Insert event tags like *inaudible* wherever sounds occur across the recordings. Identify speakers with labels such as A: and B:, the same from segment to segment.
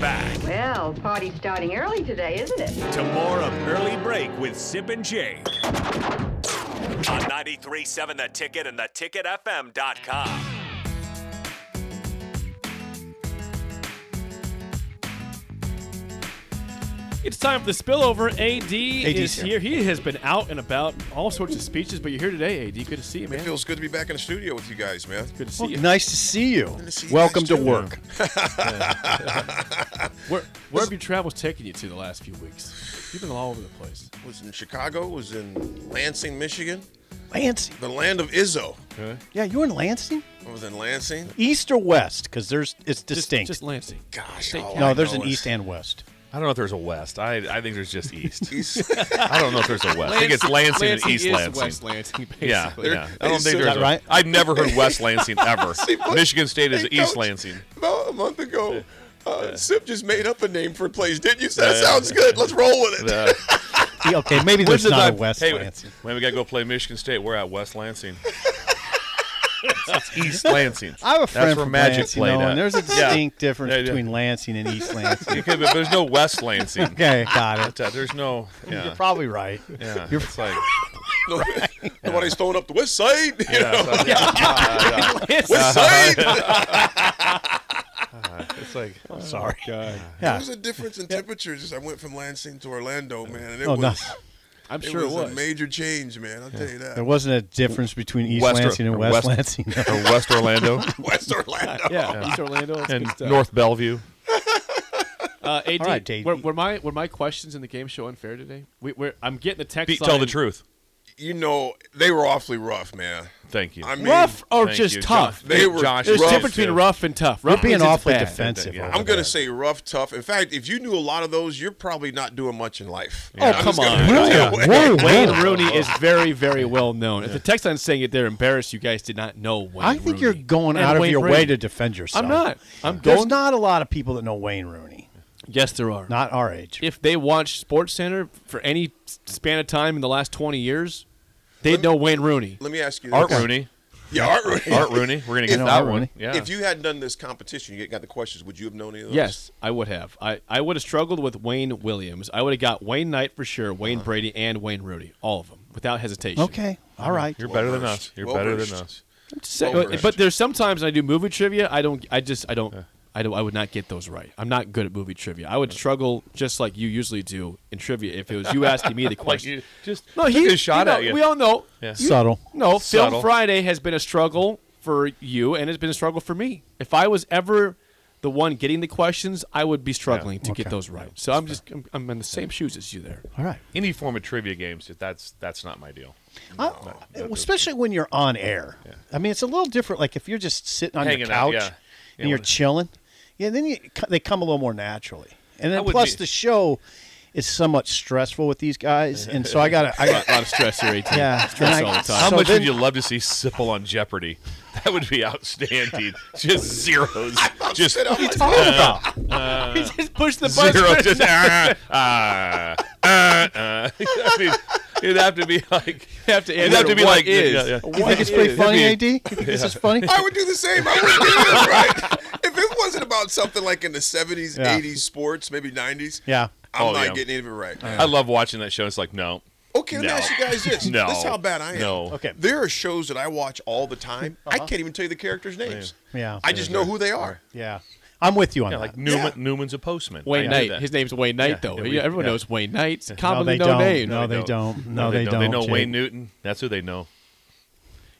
A: back
B: Well, party's starting early today, isn't it?
A: to more of Early Break with Sip and Jake on 93.7 The Ticket and theticketfm.com.
C: It's time for the spillover. AD, is here.
D: here.
C: He has been out and about, all sorts of speeches, but you're here today, AD. Good to see you, man.
E: It feels good to be back in the studio with you guys, man.
C: Good to see you.
D: Nice to see you.
E: to see you
D: Welcome
E: guys,
D: to
E: too.
F: *laughs*
D: work.
C: Where, where have your travels taken you to the last few weeks? You've been all over the place.
E: Was in Chicago, was in Lansing, Michigan,
D: Lansing.
E: the land of Izzo.
D: Yeah, you were in Lansing?
E: I was in Lansing.
D: East or west? Because there's it's
C: Just-
D: distinct.
C: Just Lansing.
E: Gosh,
C: State
E: all I
D: no, there's
E: know
D: an
E: is-
D: east *laughs* and west.
F: I don't know if there's a West. I, I think there's just East.
E: East.
F: I don't know if there's a West. I think it's Lansing, and East
C: is
F: Lansing.
C: West Lansing, basically.
F: *laughs* Yeah, yeah. I don't
E: they
F: think
E: said-
F: there's
D: Is that
F: a-
D: right?
F: I've never heard West
E: *laughs*
F: Lansing ever.
E: what?
F: Michigan State is
E: Hey,
F: East
E: coach, *laughs*
F: Lansing.
E: About a month ago, uh, Sip just made up a name for a place, didn't you? That
F: Yeah.
E: sounds good. Let's roll with it.
F: Uh,
D: Yeah, okay, maybe there's
F: when's the
D: not a
F: time-
D: west
F: hey,
D: Lansing.
F: Man, we gotta go play Michigan State. We're at
D: *laughs*
F: West Lansing. It's East Lansing.
D: I have a friend
F: That's where
D: from
F: Magic
D: Lansing,
F: played
D: though,
F: at.
D: and *laughs* there's a
F: Yeah.
D: distinct difference
F: Yeah, yeah.
D: between Lansing and East *laughs* Lansing.
F: Okay, but there's no West Lansing.
D: okay, got it.
F: But, uh, There's no.
D: *laughs* You're
F: Yeah.
D: probably right.
F: yeah.
D: you're-
F: it's like.
E: No- *laughs* Nobody's throwing up the west side. You
F: Yeah,
E: know?
F: so-
E: *laughs*
F: yeah, yeah, yeah.
E: West side.
F: It's like.
D: Sorry.
E: There
D: Yeah.
E: was a difference in temperatures. I went from Lansing to Orlando, man, and it
D: Oh,
E: was.
D: no.
C: I'm
E: It
C: sure
E: was, a
C: it was.
E: major change, man. I'll tell you that.
D: There wasn't a difference between East
F: West or-
D: Lansing and
F: or
D: West, *laughs*
F: West-
D: Lansing. no.
F: *laughs* Or
C: *laughs*
F: West Orlando
E: *laughs* West Orlando.
C: Yeah, East Orlando. it's
F: and
C: good stuff.
F: North Bellevue.
C: Uh, AD,
D: All right, AD.
C: Were, were my were my questions in the game show unfair today? We, we're, I'm getting a text.
F: Pete, tell the
C: line-
F: truth.
E: You know, they were awfully rough, man.
F: Thank you.
E: I mean,
C: Rough or
F: Thank
C: Oh, just
F: you,
C: tough?
F: Josh.
E: They were
F: Josh,
C: There's a
E: rough.
C: difference between rough and tough. Rough
D: You're being
C: means it's
D: awfully
C: bad.
D: defensive.
F: Yeah.
D: over
E: I'm going to
D: that.
E: say rough, tough. In fact, if you knew a lot of those, you're probably not doing much in life.
C: Oh,
E: I'm
C: come
E: just
D: *laughs*
E: gonna
C: on.
E: put it
D: Yeah.
E: that way.
D: Whoa,
C: Wayne
D: whoa.
C: Rooney is very, very well known. If the text line's saying it, they're embarrassed. You guys did not know Wayne.
D: I think
C: Rooney
D: you're going
C: and
D: out of
C: Wayne
D: your
C: Brady.
D: way to defend yourself.
C: I'm not. I'm
D: There's
C: going.
D: not a lot of people that know Wayne Rooney.
C: Yes, there are.
D: Not our age.
C: If they watch Sports Center for any s- span of time in the last 20 years, they'd know Wayne Rooney.
E: Let me ask you.
F: Art
E: this.
F: Rooney.
E: Yeah, Art Rooney.
F: Art Rooney. We're gonna get
D: know
F: that
D: Art
F: one.
D: Rooney.
F: Yeah.
E: If you hadn't done this competition, you got the questions. Would you have known any of those?
C: Yes, I would have. I, I would have struggled with Wayne Williams. I would have got Wayne Knight for sure, Wayne Brady, and Wayne Rooney. All of them, without hesitation.
D: Uh-huh. Okay. All right.
F: You're better than
E: Well-versed.
F: us. You're
E: *laughs*
F: better
E: Well-versed.
F: than us.
C: So-
E: Well-versed.
C: but there's sometimes when I do movie trivia. I don't. I just. I don't. I don't. I would not get those right. I'm not good at movie trivia. I would struggle just like you usually do in trivia. If it was you asking me the
F: *laughs* Like
C: question,
F: you just
C: no,
F: took
C: he
F: a shot
C: you know,
F: at you.
C: We all know.
F: Yeah.
C: You-
D: Subtle.
C: No, Film
F: Subtle.
C: Friday has been a struggle for you, and it's been a struggle for me. If I was ever the one getting the questions, I would be struggling to get
D: Okay.
C: those right. So I'm just. I'm, I'm in the same shoes as you there.
D: All right.
F: Any form of trivia games, that's that's not my deal.
D: I- Uh, especially when you're on air. I mean, it's a little different. Like if you're just sitting on your
F: Hanging out,
D: couch
F: yeah.
D: and
F: Yeah,
D: you're
F: when-
D: chilling, yeah, then you, they come a little more naturally. And
F: I
D: then
F: would
D: plus
F: be-
D: the show is somewhat stressful with these guys, and so I gotta,
F: *laughs*
D: I
C: A lot,
D: got,
C: lot of stress here, 18.
D: yeah,
C: Stress
D: and I-
C: all the time.
F: How
D: so
F: much
D: then-
F: would you love to see Sipple on Jeopardy? *laughs* That would be outstanding.
E: *laughs*
F: just zeros. Just Uh,
E: Sit down.
D: talking about?
C: he
D: *laughs*
C: just pushed the button.
F: zeros. Just ah, ah, ah, ah. *laughs* I mean, it'd have to be like.
C: have to
F: It'd
C: answer
F: have to be
C: what
F: like.
C: is.
F: Yeah, yeah.
D: You think it's pretty funny, Ad? You think this is
F: *laughs*
D: funny?
E: I would do the same. I would do this, right? If it wasn't about something like in the 70s,
D: Yeah.
E: 80s sports, maybe 90s,
D: Yeah.
E: I'm
F: Oh,
E: not
F: yeah.
E: getting any of it right.
F: I love watching that show. It's like no,
E: Okay, let me
F: No.
E: ask you guys this.
F: *laughs* no.
E: This is how bad I am.
F: No.
D: Okay. Uh-huh.
E: There are shows that I watch all the time. I can't even tell you the characters' names.
D: Yeah.
E: I just know who they are.
D: Yeah. I'm with you on
F: Yeah,
D: that.
F: like Newman. Newman's a postman.
C: Wayne
F: I knew
C: Knight.
F: that.
C: His name's Wayne Knight,
F: Yeah,
C: though.
F: yeah, we-
C: Yeah, Everyone
F: yeah.
C: knows Wayne Knight's
D: no,
C: commonly
D: they
C: no,
D: don't.
C: name.
D: No, they don't. No, they don't.
F: They know
D: Jake.
F: Wayne Newton. That's who they know.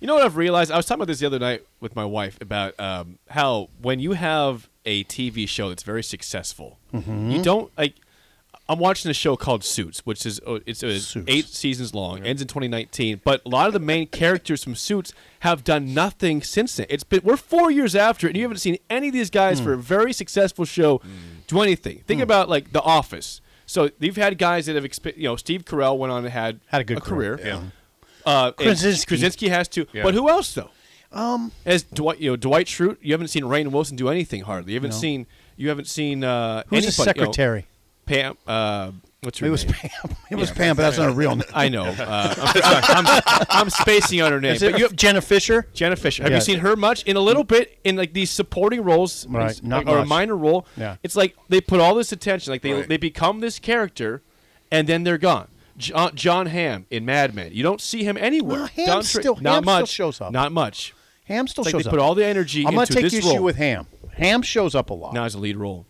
C: You know what I've realized? I was talking about this the other night with my wife about um, how when you have a TV show that's very successful,
D: Mm-hmm.
C: you don't like. I'm watching a show called Suits, which is oh, it's, it's
D: Suits.
C: eight seasons long, ends in 2019. But a lot of the main characters from Suits have done nothing since then. It's been we're four years after, it, and you haven't seen any of these guys
D: Mm.
C: for a very successful show do anything. Think about like The Office. So they've had guys that have, exp- you know, Steve Carell went on and had
D: Had a good career.
C: career. Uh, and
D: Krasinski.
C: Krasinski has to.
F: Yeah.
C: But who else though? Um, as Dwight, you know, Dwight Schrute. You haven't seen Rain Wilson do anything hardly. You haven't
D: No.
C: seen. You haven't seen. Uh,
D: Who's the
F: Oh,
C: anybody, you know,
D: secretary?
C: Pam. Uh, What's her
D: It was
C: name?
D: Pam. It was Pam, but that's not a real name.
C: I know. Uh, I'm, sorry, I'm, I'm spacing out her name.
D: Is it
C: But you have
D: Jenna Fisher?
C: Jenna Fisher. Have
D: Yeah.
C: you seen her much? In a little bit, in like these supporting roles,
D: Right,
C: s-
D: not
C: or a
D: much.
C: minor role.
D: Yeah.
C: It's like they put all this attention, like they
E: Right.
C: they become this character, and then they're gone. John, John Hamm in Mad Men. You don't see him anywhere.
D: No, Hamm
C: Down
D: still-
C: not
D: Hamm still
C: much.
D: shows up.
C: Not much.
D: Ham still
C: Like
D: shows
C: they
D: up.
C: put all the energy
D: I'm gonna
C: into
D: take
C: this
D: issue
C: role.
D: with Ham. Ham shows up a lot.
C: now he's a lead role.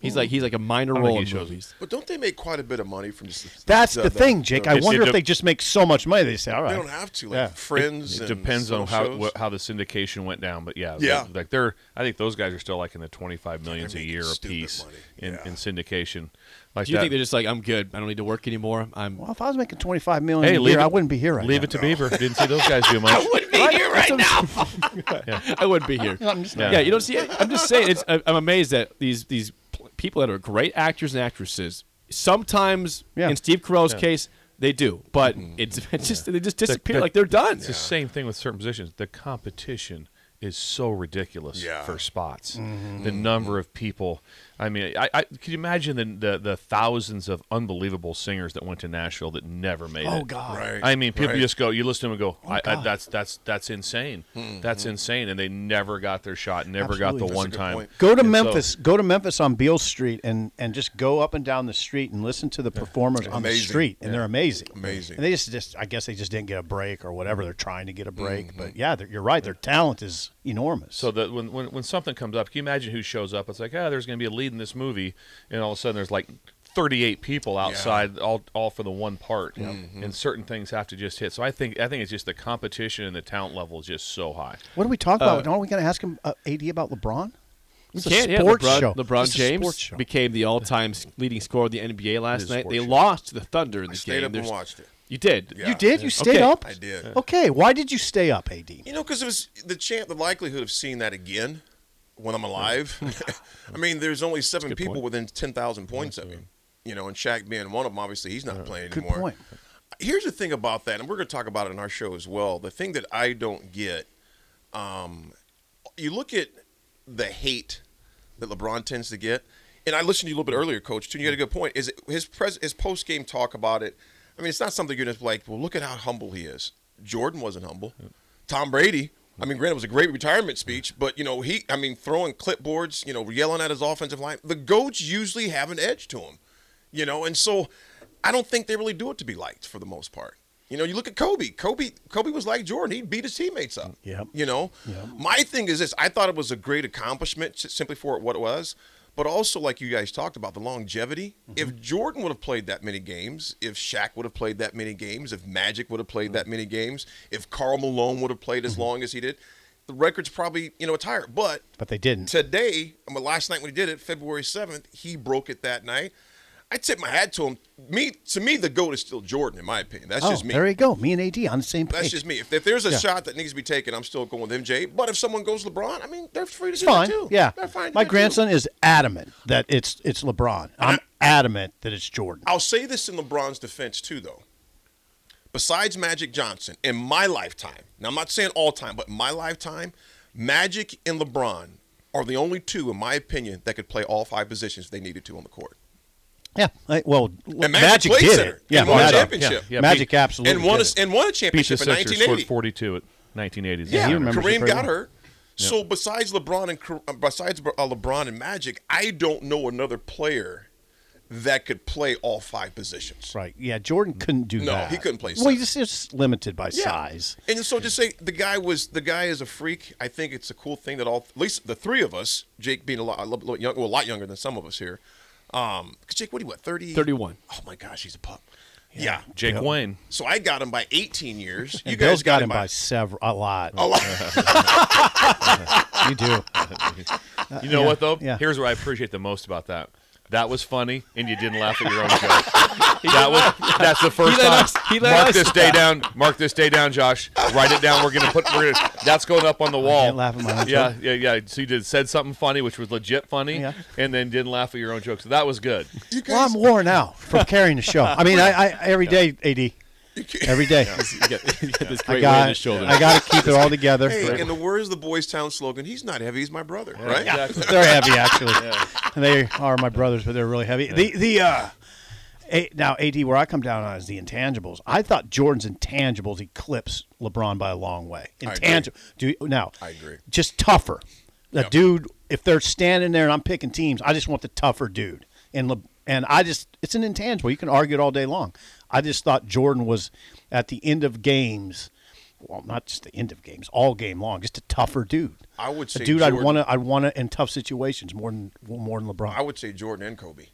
C: He's like he's like a minor
F: think
C: role
F: he
C: in
F: shows-
C: movies.
E: But don't they make quite a bit of money from just
D: That's the, thing, Jake. I
F: it's-
D: wonder
F: it
D: if
F: de-
D: they just make so much money they say, all right.
E: They don't have to like
D: Yeah.
E: Friends.
F: It
E: and
F: depends on
E: little
F: how
E: shows.
F: what, how the syndication went down, but yeah,
E: Yeah.
F: they- like they're I think those guys are still like in the twenty five millions a
E: making
F: year a
E: stupid
F: piece
E: money.
F: in,
E: Yeah.
F: in syndication. Like
C: Do you
F: that-
C: think they're just like I'm good? I don't need to work anymore. I'm
D: well, if I was making 25 million
F: Hey,
D: a
F: leave
D: year,
F: it-
D: I wouldn't be here right
F: leave
D: now.
F: it to Beaver? Didn't see those guys
E: *laughs*
F: do much.
C: *laughs* I would be
E: *laughs*
C: here.
D: I'm just
C: yeah.
F: Yeah.
C: you don't see it. I'm just saying. It's, I- I'm amazed that these these pl- people that are great actors and actresses sometimes,
D: Yeah.
C: in Steve Carell's case, they do, but it's, *laughs* it's just they just disappear like they're done.
F: It's the same thing with certain positions. The competition is so ridiculous
E: Yeah. Mm-hmm.
F: for spots. The number of people. I mean, I, I could you imagine the, the the thousands of unbelievable singers that went to Nashville that never made it.
D: Oh, God. Oh,
E: Right.
F: I mean, people
E: right.
F: just go. You listen to them and go, I, I,
D: God.
F: "That's that's that's insane. That's insane." And they never got their shot. Never
D: Absolutely.
F: got the
D: That's a
F: one
E: Mm-hmm. good
F: time.
E: point.
D: Go to
F: And so-
D: Memphis. go to Memphis on Beale Street and, and just go up and down the street and listen to the performers on the
E: Amazing.
D: street, and they're amazing.
E: Amazing.
D: And they just, just I guess they just didn't get a break or whatever. They're trying to get a break,
E: Mm-hmm.
D: but yeah, they're- you're right. Their talent is enormous.
F: So that when, when when something comes up, can you imagine who shows up? It's like, ah, there's going to be a lead in this movie, and all of a sudden there's like 38 people outside, all all for the one part,
E: Mm-hmm.
F: and certain things have to just hit. So I think I think it's just the competition and the talent level is just so high.
D: what do we talk about? Aren't we going to ask him uh, AD about LeBron? It's a
C: Can't- yeah,
D: sports
C: LeBron,
D: show.
C: LeBron
D: It's a
C: James
D: sports show.
C: became the all-time s- leading scorer of the NBA last
F: is a
C: night.
F: sports
C: They
F: show.
C: lost to the Thunder in the
E: stayed
C: game.
E: up and
C: There's-
E: watched it.
C: You did.
E: Yeah.
D: You did? You stayed
C: Okay.
D: up?
E: I did.
D: Okay. Why did you stay up, AD?
E: You know, because it was the chance, the likelihood of seeing that again when I'm alive.
D: *laughs*
E: I mean, there's only seven people
C: point.
E: within 10,000 points of him. You know, and Shaq being one of them, obviously he's not playing
D: Good
E: anymore.
D: point.
E: Here's the thing about that, and we're going to talk about it in our show as well. The thing that I don't get, um, you look at the hate that LeBron tends to get, and I listened to you a little bit earlier, Coach. Too, and you had a good point. Is it, his pres- his post game talk about it? I mean, it's not something you're just like, well, look at how humble he is. Jordan wasn't humble. Tom Brady. I mean, granted, it was a great retirement speech, but you know, he, I mean, throwing clipboards, you know, yelling at his offensive line. The goats usually have an edge to them, you know, and so I don't think they really do it to be liked for the most part. You know, you look at Kobe. Kobe, Kobe was like Jordan. He beat his teammates up.
D: Yep.
E: You know, my thing is this: I thought it was a great accomplishment s- simply for what it was, but also like you guys talked about the longevity.
D: Mm-hmm.
E: If Jordan would have played that many games, if Shaq would have played that many games, if Magic would have played that many games, if Carl Malone would have played
D: Mm-hmm.
E: as long as he did, the record's probably you know it's higher. But
D: But they didn't.
E: today, I mean, last night when he did it, February seventh, he broke it that night. I tip my hat to him. Me to me, the goat is still Jordan, in my opinion. That's
D: oh,
E: just me.
D: there you go. Me and AD on the same page.
E: That's just me. If, if there's a
D: Yeah.
E: shot that needs to be taken, I'm still going with MJ. But if someone goes LeBron, I mean, they're free to
D: It's
E: do
D: fine.
E: that too.
D: Yeah.
E: they're fine. to
D: My
E: do that, too.
D: grandson is adamant that it's it's LeBron. I'm adamant that it's Jordan.
E: I'll say this in LeBron's defense too, though. Besides Magic Johnson, in my lifetime, now I'm not saying all time, but in my lifetime, Magic and LeBron are the only two, in my opinion, that could play all five positions if they needed to on the court.
D: Yeah. I- well,
E: And Magic
D: Magic,
E: played
D: did
E: center
D: it. Yeah.
E: and won a
D: Magic,
E: championship.
D: Yeah. Magic
F: beat-
D: absolutely.
E: and won a,
D: did it.
E: and won a
F: Beat the
E: championship in
F: Sixers, scored
E: 1980.
F: 42 at 1980s.
E: Yeah,
D: he remembers it
E: Kareem
D: very
E: got
D: well.
E: hurt. So besides LeBron and Kar- uh, besides uh, LeBron and Magic, I don't know another player that could play all five positions.
D: Right. Yeah. Jordan couldn't do
E: No,
D: that.
E: he couldn't play
D: Well,
E: center.
D: he's just limited by size.
E: And so just say the guy was the guy is a freak. I think it's a cool thing that all at least the three of us, Jake being a lot, a little- little young, well, a lot younger than some of us here. Um, 'cause Jake, what do you what thirty?
C: 31.
E: Oh my gosh, he's a pup. Yeah.
F: Jake Wayne.
E: So I got him by eighteen
D: *laughs*
E: years.
D: And Bill's got him by several a lot.
E: *laughs* a
D: *laughs*
E: lot.
D: You do.
F: You know what though?
D: yeah.
F: Here's what I appreciate the most about that. That was funny, and you didn't laugh at
D: *laughs*
F: your own joke. that was that's the first
C: He let
F: time.
C: us- he let
F: mark
C: us
F: this day down. Mark this day down, Josh. Write it down. We're gonna put. We're gonna, that's going up on the wall.
D: can't laugh at my own
F: yeah, yeah, yeah. So you did said something funny, which was legit funny,
D: Yeah.
F: and then didn't laugh at your own joke. So that
D: *laughs*
F: was good.
E: *laughs* You
D: Well, I'm
E: guys,
D: worn out from carrying the show. I mean, I, I every day, AD.
E: *laughs*
D: Every day.
C: You got, you got this
D: I
C: great weight on
D: got
C: his shoulder.
D: I got to keep it all together.
E: hey, in the words of the Boys Town slogan, he's not heavy, he's my brother, right?
F: Exactly.
E: *laughs*
D: They're heavy, actually. They are my brothers, but they're really heavy. The the uh, A, now, AD, where I come down on is the intangibles. I thought Jordan's intangibles eclipsed LeBron by a long way.
E: I agree.
D: Intangible. Do you- now,
E: I agree.
D: Just tougher. The
E: Yep.
D: dude, if they're standing there and I'm picking teams, I just want the tougher dude. And Le, and I just, it's an intangible. You can argue it all day long. I just thought Jordan was at the end of games. Well, not just the end of games, all game long, just a tougher dude.
E: I would say
D: a dude I'd
E: Jordan-
D: want to, I'd want to in tough situations more than more than LeBron.
E: I would say Jordan and Kobe.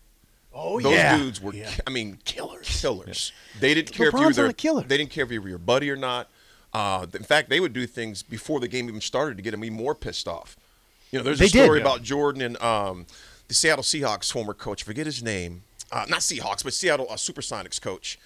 D: oh
E: Those dudes were, ki- I mean, killers. Killers. They didn't care if you were
D: LeBron's not
E: their,
D: a killer.
E: They didn't care if you were your buddy or not. Uh, in fact, they would do things before the game even started to get me more pissed off. You know, there's
D: They
E: a
D: did.
E: story about Jordan and um, the Seattle Seahawks former coach. Forget his name. Uh, not Seahawks, but Seattle uh, Supersonics coach.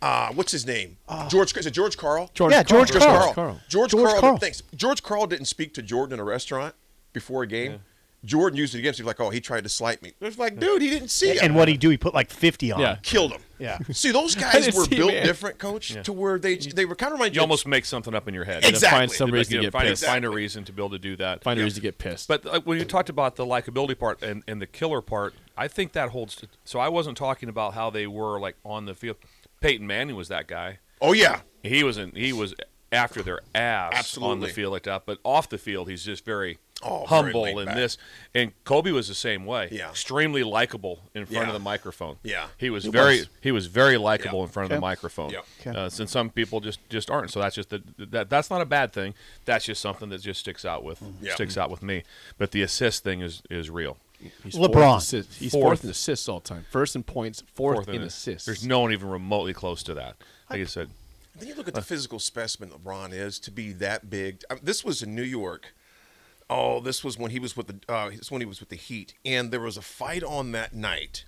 E: Uh, what's his name? George. Is it George Carl?
C: George
D: Yeah, George
E: George
D: Karl.
E: Carl. George,
D: George
E: Karl.
D: Karl.
E: Thanks. George Carl didn't speak to Jordan in a restaurant before a game. Jordan used it against him. Like, oh, he tried to slight me. It was like, dude, he didn't see it.
D: And what he do? He put like fifty on.
C: Yeah.
D: him.
E: killed him.
D: Yeah.
E: See, those
C: I
E: guys
C: didn't
E: were
C: see
E: built
C: man.
E: different, coach, to where they they were kind of remind
F: You almost make something up in your head.
E: Exactly.
C: Find some
F: Like,
C: reason
F: you
C: to
F: know,
C: get
F: find,
C: pissed. *laughs*
F: find a reason to be able to do that.
C: Find a reason to get pissed.
F: But uh, when you talked about the likability part and, and the killer part, I think that holds. To, so I wasn't talking about how they were like on the field. Peyton Manning was that guy.
E: Oh yeah,
F: He was in, he was after their ass on the
E: Absolutely.
F: field like that, but off the field he's just very
E: Oh, very
F: humble
E: laid
F: in
E: back.
F: this. And Kobe was the same way.
E: Yeah.
F: Extremely likable in front
E: Yeah.
F: of the microphone.
E: Yeah.
F: He was
E: He
F: very
E: was.
F: he was very likable
E: Yeah.
F: in front of
D: Okay.
F: the microphone.
E: Yeah.
D: Okay.
F: Uh, since some people just just aren't. So that's just the, that that's not a bad thing. That's just something that just sticks out with
E: Mm-hmm. Yeah.
F: sticks out with me. But the assist thing is is real.
C: He's
D: LeBron.
C: Fourth assist- he's fourth.
F: Fourth.
C: in assists all time. First in points, fourth, in
F: it.
C: assists.
F: There's no one even remotely close to that. Like I said.
E: Then you look at the physical specimen LeBron is to be that big. I this was in New York. Oh, this was when he was with the uh, this was when he was with the Heat, and there was a fight on that night.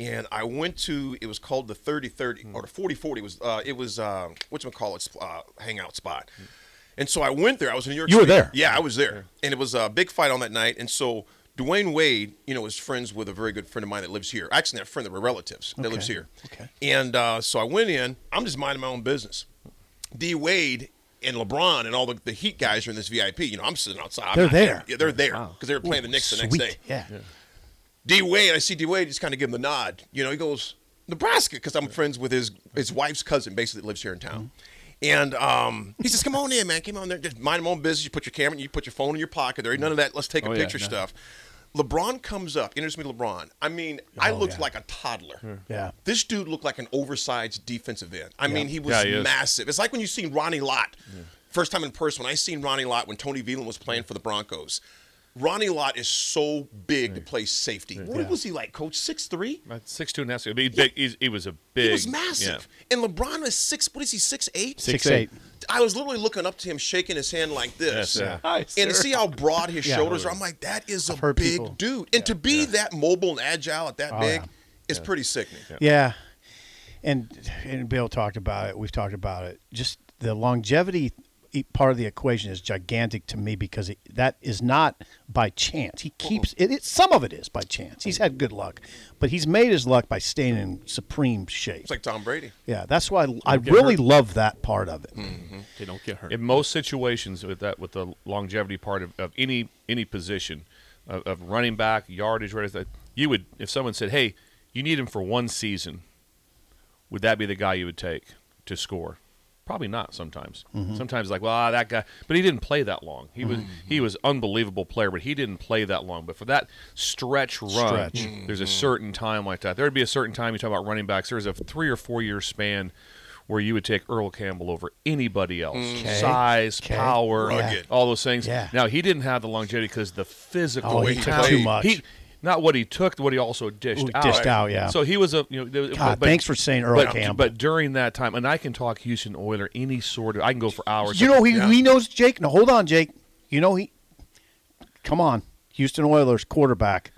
E: And I went to it was called the 30 30
D: Hmm.
E: or the 40 40 was uh, it was uh, what you call it uh, hangout spot. And so I went there. I was in New York.
D: You were
E: City.
D: there.
E: Yeah, I was there, and it was a big fight on that night. And so Dwayne Wade, you know, is friends with a very good friend of mine that lives here. Actually, not a friend, that we're relatives that lives here.
D: Okay.
E: And uh, so I went in. I'm just minding my own business. D Wade and LeBron and all the, the Heat guys are in this VIP. You know, I'm sitting outside. I'm
D: They're
E: not
D: there.
E: Yeah, they're there because they were playing the Knicks the
D: Sweet.
E: next day.
D: Yeah.
E: D Wade, I see D Wade just kind of give him the nod. You know, he goes Nebraska because I'm friends with his his wife's cousin, basically that lives here in town.
D: Mm-hmm.
E: And um, he says, "Come on in, man. Come on there. Just mind my own business. You put your camera, you put your phone in your pocket. There ain't none of that. Let's take a
C: Oh, yeah,
E: picture
C: no.
E: stuff." LeBron comes up, introduces me to LeBron. I mean, I looked like a toddler.
D: Oh, Yeah.
E: This dude looked like an oversized defensive end. I mean, he was
F: Yeah, he is.
E: massive. It's like when you seen Ronnie Lott. First time in person, when I seen Ronnie Lott when Tony Veland was playing for the Broncos. Ronnie Lott is so big to play safety. What was he like, coach? Six three?
F: Six two and that's be big. He's, he was a big.
E: He was
F: yeah.
E: massive. And LeBron is six. What is he? Six eight?
C: Six,
D: Six,
C: eight.
D: eight.
E: I was literally looking up to him, shaking his hand like this,
F: Yes, yeah.
C: Hi,
E: and
C: sir.
E: to see how broad his
D: Yeah.
E: shoulders are, I'm like, that is a
D: heard
E: big
D: people- Oh,
E: dude. And to be that mobile and agile at that big
D: yeah.
E: is pretty sickening.
D: Yeah. And and Bill talked about it. We've talked about it. Just the longevity e- part of the equation is gigantic to me because it, that is not by chance. He keeps it, it. Some of it is by chance. He's had good luck, but he's made his luck by staying in supreme shape.
E: It's like Tom Brady.
D: yeah, that's why I really love that part of it.
C: They don't get hurt.
F: In most situations, with that, with the longevity part of, of any any position, of, of running back, yardage, whatever, that you would, if someone said, "Hey, you need him for one season," would that be the guy you would take to score? Probably not. Sometimes, sometimes like, well, ah, that guy, but he didn't play that long. He was he was unbelievable player, but he didn't play that long. But for that stretch run,
D: Stretch.
F: there's a certain time like that. There'd be a certain time you talk about running backs. There's a three or four year span where you would take Earl Campbell over anybody else, size,
D: Okay.
F: power,
E: Rugged.
F: all those things.
D: Yeah.
F: Now he didn't have the longevity because the physical
D: Oh, he
E: he
D: took
E: played.
D: too much.
F: he- not what he took, what he also dished
D: Ooh,
F: out.
D: dished out, yeah.
F: So he was a you know. there-
D: God, thanks for saying Earl
F: but,
D: Campbell.
F: But during that time, and I can talk Houston Oiler any sort of. I can go for hours.
D: You know he,
E: Yeah.
D: he knows Jake. Now hold on, Jake. You know he. Come on, Houston Oilers quarterback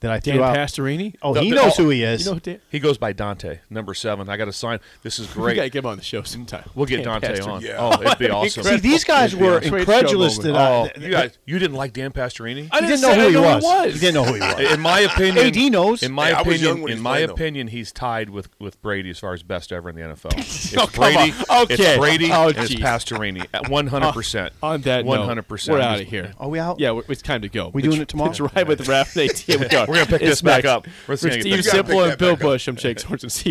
D: that I threw
C: Dan
D: out.
C: Pastorini?
D: Oh,
F: The-
D: he
F: the-
D: knows
F: oh,
D: who he is.
C: You know, Dan,
F: he goes by Dante, number seven. I got to sign. This is
C: we gotta
F: great.
C: get him on the show sometime.
F: We'll get
C: Dan
F: Dante
C: Pastorini.
F: on.
E: Yeah.
F: Oh, it'd be awesome.
D: See, these guys
C: Yeah.
D: were
C: Trade show
D: incredible. incredulous
C: moment.
D: that
F: oh,
D: I,
F: you guys, you didn't like Dan Pastorini?
C: I
D: he
C: didn't
D: didn't know
C: say-
D: who he
C: I
D: was.
C: didn't know who he was.
D: He didn't know who he
F: *laughs*
D: was.
C: *laughs*
F: in my opinion,
D: AD knows.
F: In my
E: Hey, I was young
F: opinion,
E: when he
F: in
E: was
F: my
E: playing, though.
F: opinion, he's tied with, with Brady as far as best ever in
C: *laughs*
F: the NFL. It's
C: Oh, come
F: Brady.
C: on. Okay.
F: It's Brady.
C: Oh,
F: and it's
C: geez.
F: Pastorini. One hundred percent.
C: On that
F: one hundred percent.
C: note, we're out of here.
D: Are we out?
C: Yeah, we're, it's time to go.
D: We doing
C: Let's-
D: it tomorrow?
C: Let's ride with the rap. *laughs* and ATM. We are.
F: We're gonna pick
C: It's
F: this back
C: Max.
F: up. We're
C: We're
F: just gonna get
C: Steve
F: this back
E: up.
C: Simple
E: Pick
C: and
E: that
C: Bill
E: back up.
C: Bush. I'm Jake Swanson. See ya.